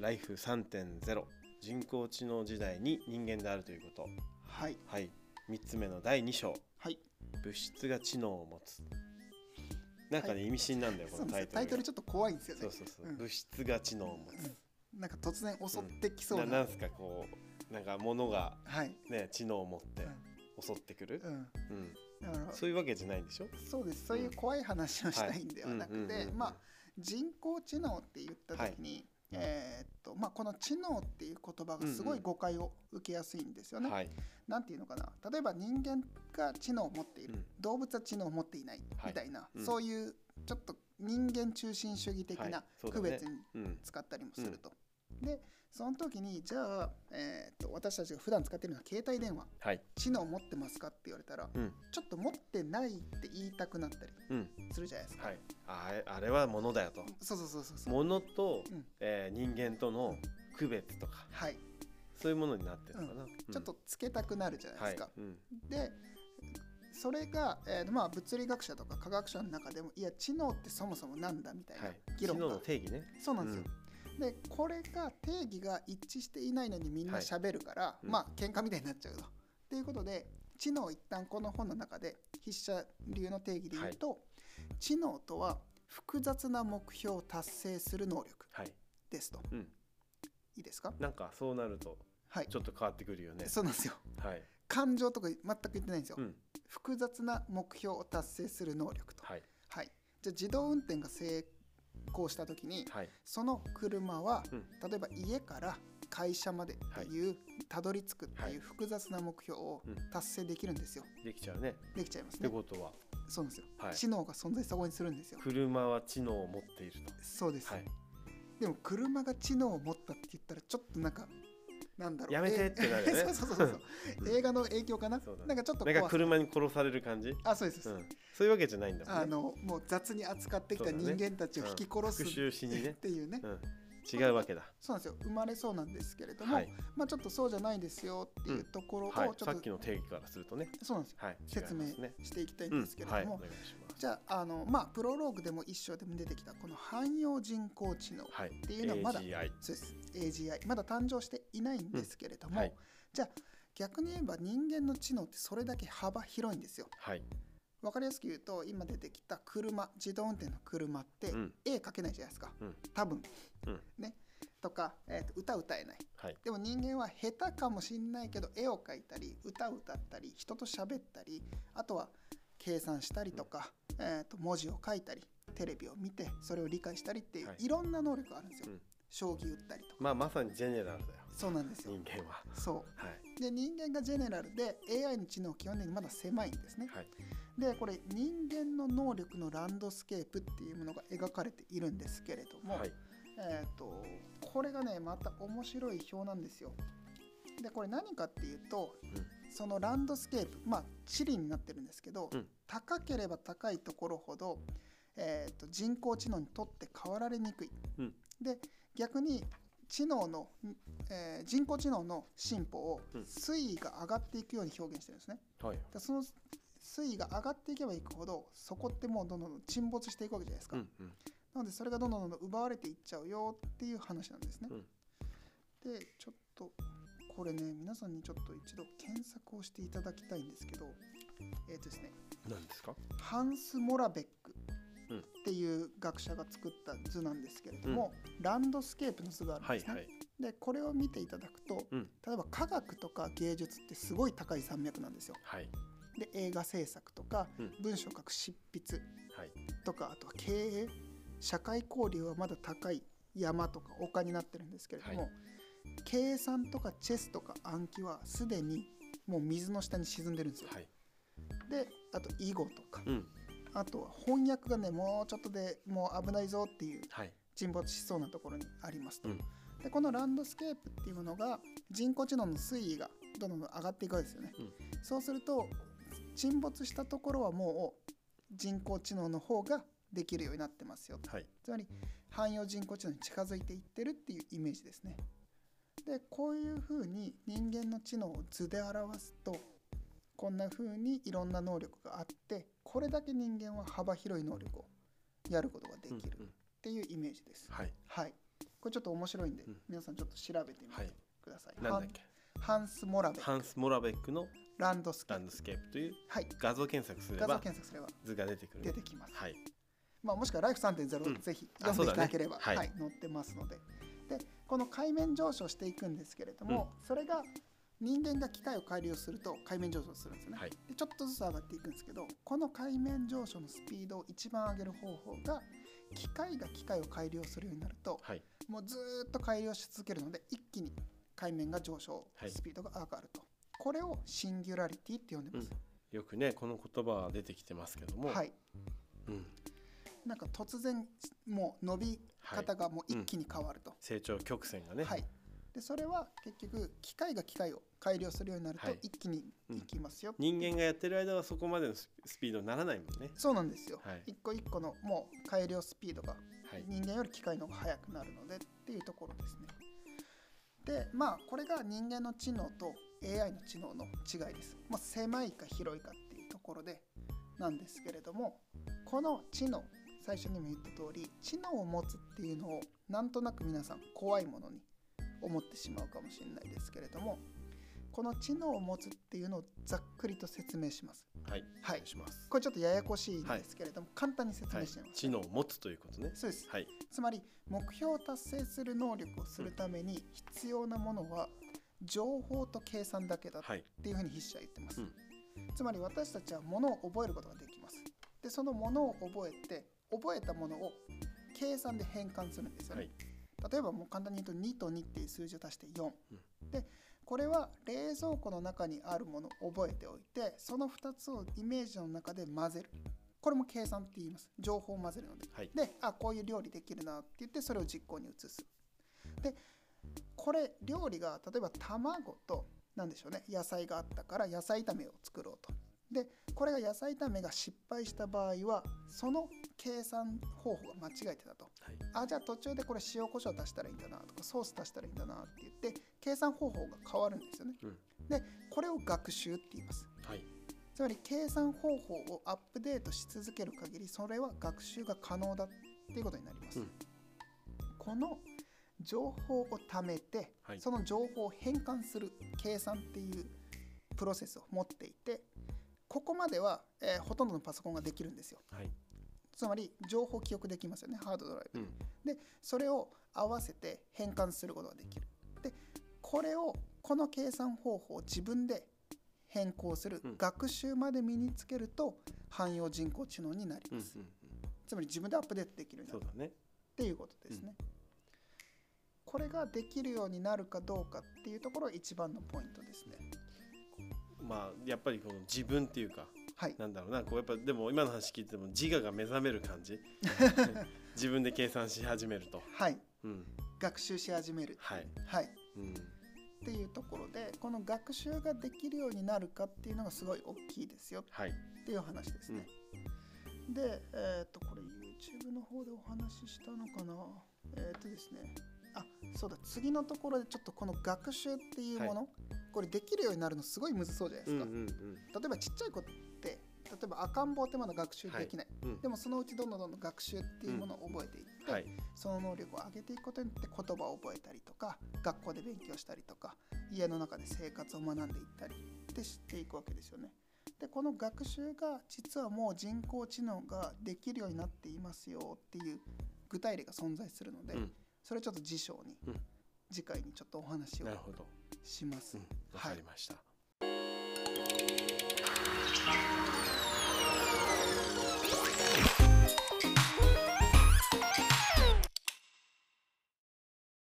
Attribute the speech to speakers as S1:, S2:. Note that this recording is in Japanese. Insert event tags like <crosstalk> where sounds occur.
S1: ライフ3.0人工知能時代に人間であるということ
S2: はい
S1: はい3つ目の第2章
S2: はい
S1: 物質が知能を持つなんかね、
S2: はい
S1: 意味深なんだよこ
S2: そ
S1: の
S2: うで
S1: タイ
S2: すね
S1: ト
S2: タ
S1: ルが
S2: イトルちょっと怖いんですよね
S1: そうそうそう、
S2: ん
S1: 物質が知能を持つ
S2: なんか突然襲ってきそう
S1: な
S2: な,、
S1: なんすかこうなんか物が
S2: はい、
S1: ね知能を持って
S2: うん
S1: 襲ってくる
S2: う、ん、
S1: うん
S2: だから
S1: そういうわけじゃないんでしょ
S2: そうですそういう怖い話をしたいんではなく
S1: はいうんうんうん
S2: て
S1: うんうん
S2: まあ人工知能って言った時に、えーっとまあ、この知能っていう言葉がすごい誤解を受けやすいんですよね。
S1: はい
S2: なんていうのかな例えば人間が知能を持っている、
S1: うん
S2: 動物は知能を持っていない
S1: はい
S2: みたいな、
S1: うん
S2: そういうちょっと人間中心主義的
S1: は
S2: ない
S1: そうだ
S2: 区
S1: ね
S2: 別に
S1: うん
S2: 使ったりもすると。でその時にじゃあ、えーっと私たちが普段使っているのは携帯電話
S1: はい
S2: 知能持ってますかって言われたら
S1: うん
S2: ちょっと持ってないって言いたくなったり
S1: うん
S2: するじゃないですか。
S1: はいあれあれは物だよと
S2: そうそうそうそうそう。
S1: 物と、
S2: うん
S1: えー人間との区別とか
S2: はい、
S1: そういうものになってるのかな、うん
S2: ちょっとつけたくなるじゃないで
S1: は
S2: す
S1: い
S2: か。
S1: うん
S2: でそれが、えーまあ、物理学者とか科学者の中でもいや知能ってそもそもなんだみたい
S1: はい
S2: な、議
S1: 知能
S2: 論が、
S1: の定義ね
S2: そうなんですよ。でこれが定義が一致していないのにみんな
S1: はい
S2: 喋るから、
S1: うん
S2: まあ喧嘩みたいになっちゃうと。ということで知能を一旦この本の中で筆者流の定義で言うと、知能とは複雑な目標を達成する能力
S1: はい、
S2: ですと。
S1: うん、
S2: いいですか
S1: なんかそうなると
S2: はい。
S1: ちょっと変わってくるよね
S2: そうなんですよ。
S1: はい、
S2: 感情とか全く言ってないんですよ、
S1: うん、
S2: 複雑な目標を達成する能力とはい、
S1: はい
S2: じゃあ自動運転が成功した時に
S1: はい
S2: その車は、
S1: うん
S2: 例えば家から会社までっていうたど、り着くって
S1: はい
S2: いう複雑な目標を
S1: うん
S2: 達成できるんですよ
S1: できちゃうね
S2: できちゃいます
S1: って
S2: ね
S1: ことは
S2: そうなんですよ、
S1: はい
S2: 知能が存在そこにするんですよ
S1: 車は知能を持っている
S2: そうです、
S1: とはい
S2: でも車が知能を持ったって言ったらちょっとなんかなんだろう
S1: やめてってなるよね
S2: <laughs> そうそうそうそう、
S1: うん
S2: 映画の影響かな、
S1: そうだね
S2: なんかちょっと
S1: なんか
S2: 怖さ
S1: 車に殺される感じ、うん、
S2: あそうです、そうです
S1: そういうわけじゃないんだもんね
S2: あのもう雑に扱ってきた人間たちを引き殺
S1: 復
S2: す
S1: 讐しに
S2: っ
S1: ね、
S2: ていうね
S1: うん、違うわけだ
S2: そうなんですよ生まれそうなんですけれども、
S1: はい、
S2: まあ、ちょっとそうじゃないですよっていうところをち
S1: は
S2: ょ
S1: い
S2: っ、と、
S1: さっきの定義からするとね
S2: そうなんですよ
S1: はい
S2: 説
S1: 違
S2: 明
S1: いますね
S2: していきたい
S1: うんん
S2: ですけれど
S1: はい
S2: も、
S1: お願いします
S2: じゃああの、まあ、プロローグでも一章でも出てきたこの汎用人工知能、
S1: はいって
S2: いうのはまだ
S1: AGI はい
S2: そうです AGI まだ誕生していないんですけれども、
S1: はい
S2: 逆に言えば人間の知能ってそれだけ幅広いんですよ。
S1: はい
S2: わかりやすく言うと今出てきた車自動運転の車って、
S1: うん
S2: A 描けないじゃないですか、
S1: うん
S2: 多分、
S1: うん
S2: ねとか、えーと歌歌えない
S1: はい
S2: でも人間は下手かもしんないけど絵を描いたり歌を歌ったり人と喋ったりあとは計算したりとか、えー、と文字を書いたりテレビを見てそれを理解したりっていう、
S1: はい
S2: い、ろんな能力があるんです
S1: う
S2: よ、
S1: ん
S2: 将棋打ったりとか
S1: まあまさにジェネラルだよ
S2: そうなんですよ
S1: 人間は
S2: そ
S1: は
S2: うで人間がジェネラルで AI の知能は基本的にまだ狭いんですね、
S1: いはい
S2: でこれ人間の能力のランドスケープっていうものが描かれているんですけれども、
S1: はい
S2: えー、とこれがねまた面白い表なんですよ。でこれ何かっていうとそのランドスケープまあ地理になってるんですけど、
S1: うん
S2: 高ければ高いところほど、えー、と人工知能にとって変わられにくい。
S1: うん
S2: で逆に知能の、えー人工知能の進歩を
S1: うん
S2: 水位が上がっていくように表現してるんですね。
S1: はい
S2: だからその水位が上がっていけばいくほどそこってもうどんどん沈没していくわけじゃないですか、
S1: うんうん
S2: なのでそれがどんどんどんどん奪われていっちゃうよっていう話なんですね、でちょっとこれね皆さんにちょっと一度検索をしていただきたいんですけどえっ、とですね
S1: 何ですか
S2: ハンス・モラベック
S1: うん
S2: っていう学者が作った図なんですけれども、ランドスケープの図があるん
S1: は
S2: で
S1: い
S2: すね、
S1: はい
S2: でこれを見ていただくと、
S1: うん
S2: 例えば科学とか芸術ってすごい高い山脈なんですよ
S1: はい
S2: で映画制作とか、
S1: うん
S2: 文章を書く執筆
S1: はい
S2: とかあとは経営社会交流はまだ高い山とか丘になってるんですけれども、
S1: は
S2: 計算とかチェスとか暗記はすでにもう水の下に沈んでるんですよ、
S1: はい
S2: であと囲碁とか、
S1: うん
S2: あとは翻訳がねもうちょっとでもう危ないぞっていう
S1: はい
S2: 沈没しそうなところにありますと、
S1: うん
S2: でこのランドスケープっていうものが人工知能の水位がどんどん上がっていくわけですよね、
S1: うん
S2: そうすると沈没したところはもう人工知能の方ができるようになってますよ
S1: はい
S2: つまり汎用人工知能に近づいていってるっていうイメージですねでこういうふうに人間の知能を図で表すとこんなふうにいろんな能力があってこれだけ人間は幅広い能力をやることができる
S1: うんうん
S2: っていうイメージです、
S1: はい
S2: はい。これちょっと面白いんで、
S1: うん
S2: 皆さんちょっと調べてみ
S1: は
S2: て
S1: い
S2: ください。
S1: なんだっけ
S2: ハンハンス・モラベ
S1: ハンス・モラベックの
S2: ランドスケ
S1: ラ
S2: ー
S1: ン
S2: プ。
S1: ドスケープという
S2: はい。
S1: 画像検索すれ
S2: 画像
S1: ば
S2: 検索すれば
S1: 図が出てくる
S2: 出てきます。
S1: はい
S2: まあ、もしくは「ライフ3.0」
S1: うん
S2: ぜひ
S1: あ
S2: 読んでいただければ、
S1: そうだねは
S2: はいい載ってますのででこの海面上昇していくんですけれども、それが人間が機械を改良すると海面上昇するんですよね、
S1: はい
S2: でちょっとずつ上がっていくんですけどこの海面上昇のスピードを一番上げる方法が機械が機械を改良するようになると
S1: はい
S2: もうずーっと改良し続けるので一気に海面が上昇
S1: はい
S2: スピードが上がると、これをシンギュラリティって呼んでます、
S1: よくねこの言葉は出てきてますけども、
S2: はい
S1: うん
S2: なんか突然もう伸び
S1: はい、
S2: 方がもう一気に変わると、
S1: 成長曲線がね、
S2: はい、でそれは結局機械が機械を改良するようになると
S1: はい
S2: 一気にいきますよ、
S1: 人間がやってる間はそこまでのススピードにならないもんね。
S2: そうなんですよ、
S1: はい
S2: 一個一個のもう改良スピードが
S1: はい
S2: 人間より機械の方が速くなるのでっていうところですねでまあこれが人間の知能と AI の知能の違いです、まあ、狭いか広いかっていうところでなんですけれどもこの知能最初にも言った通り知能を持つっていうのをなんとなく皆さん怖いものに思ってしまうかもしれないですけれどもこの知能を持つっていうのをざっくりと説明します
S1: はい、お
S2: はい
S1: 願いします。
S2: これちょっとややこしいんですけれども、簡単に説
S1: は
S2: 明
S1: い
S2: してみま、す、
S1: 知能を持つということね。
S2: そうです
S1: はい、
S2: つまり目標を達成する能力をするために必要なものは情報と計算だけだっ
S1: はい、
S2: ていうふうに筆者は言ってます、
S1: うん
S2: つまり私たちはものを覚えることができますでそのものを覚えて覚えたものを計算で変換するんですよね、例えばもう簡単に言うと2と2っていう数字を足して4、でこれは冷蔵庫の中にあるものを覚えておいてその2つをイメージの中で混ぜるこれも計算って言います情報を混ぜるので
S1: はい、
S2: であこういう料理できるなって言ってそれを実行に移すでこれ料理が例えば卵と何でしょうね野菜があったから野菜炒めを作ろうとでこれが野菜炒めが失敗した場合はその計算方法が間違えてたと
S1: はい、
S2: あじゃあ途中でこれ塩コショウ足したらいいんだなとかソース足したらいいんだなって言って計算方法が変わるんですよね、
S1: うん
S2: でこれを学習って言います
S1: はい、
S2: つまり計算方法をアップデートし続ける限りそれは学習が可能だっていうことになります、
S1: うん
S2: この情報を貯めて、
S1: はい
S2: その情報を変換する計算っていうプロセスを持っていてここまでは、えーほとんどのパソコンができるんですよ
S1: はい、
S2: つまり情報を記憶できますよねハードドライブ
S1: うん、
S2: それを合わせて変換することができるでこれをこの計算方法を自分で変更する
S1: うん
S2: 学習まで身につけると汎用人工知能になり
S1: うん、うん
S2: ます、つまり自分でアップデートできるよう
S1: そ
S2: にな
S1: う
S2: る
S1: だね。
S2: っていうことですね、これができるようになるかどうかっていうところが一番のポイントですね
S1: まあやっぱりこの自分っていうか、
S2: はい
S1: なんだろうな、こうやっぱでも今の話聞いても自我が目覚める感 <laughs> じ。自分で計算し始めると、
S2: はい
S1: うん、
S2: 学習し始める
S1: はい、
S2: はい
S1: うん、
S2: っていうところでこの学習ができるようになるかっていうのがすごい大きいですよ
S1: はい、
S2: っていう話ですね。で、えっとこれ YouTube の方でお話ししたのかなえっ、とですねあそうだ次のところでちょっとこの学習っていうもの、これできるようになるのすごいむずそうじゃないで
S1: うん、
S2: す
S1: う
S2: か、
S1: ん、うん、
S2: 例えばちっちゃい子って例えば赤ん坊ってまだ学習できない、
S1: うん、
S2: でもそのうちどんどんどんどん学習っていうものを覚えていって、
S1: はい、
S2: その能力を上げていくことによって言葉を覚えたりとか学校で勉強したりとか家の中で生活を学んでいったりってしていくわけですよね。でこの学習が実はもう人工知能ができるようになっていますよっていう具体例が存在するので、
S1: うん
S2: それはちょっと辞書に、
S1: うん
S2: 次回にちょっとお話を
S1: なるほど、
S2: します。
S1: うん、わかりました。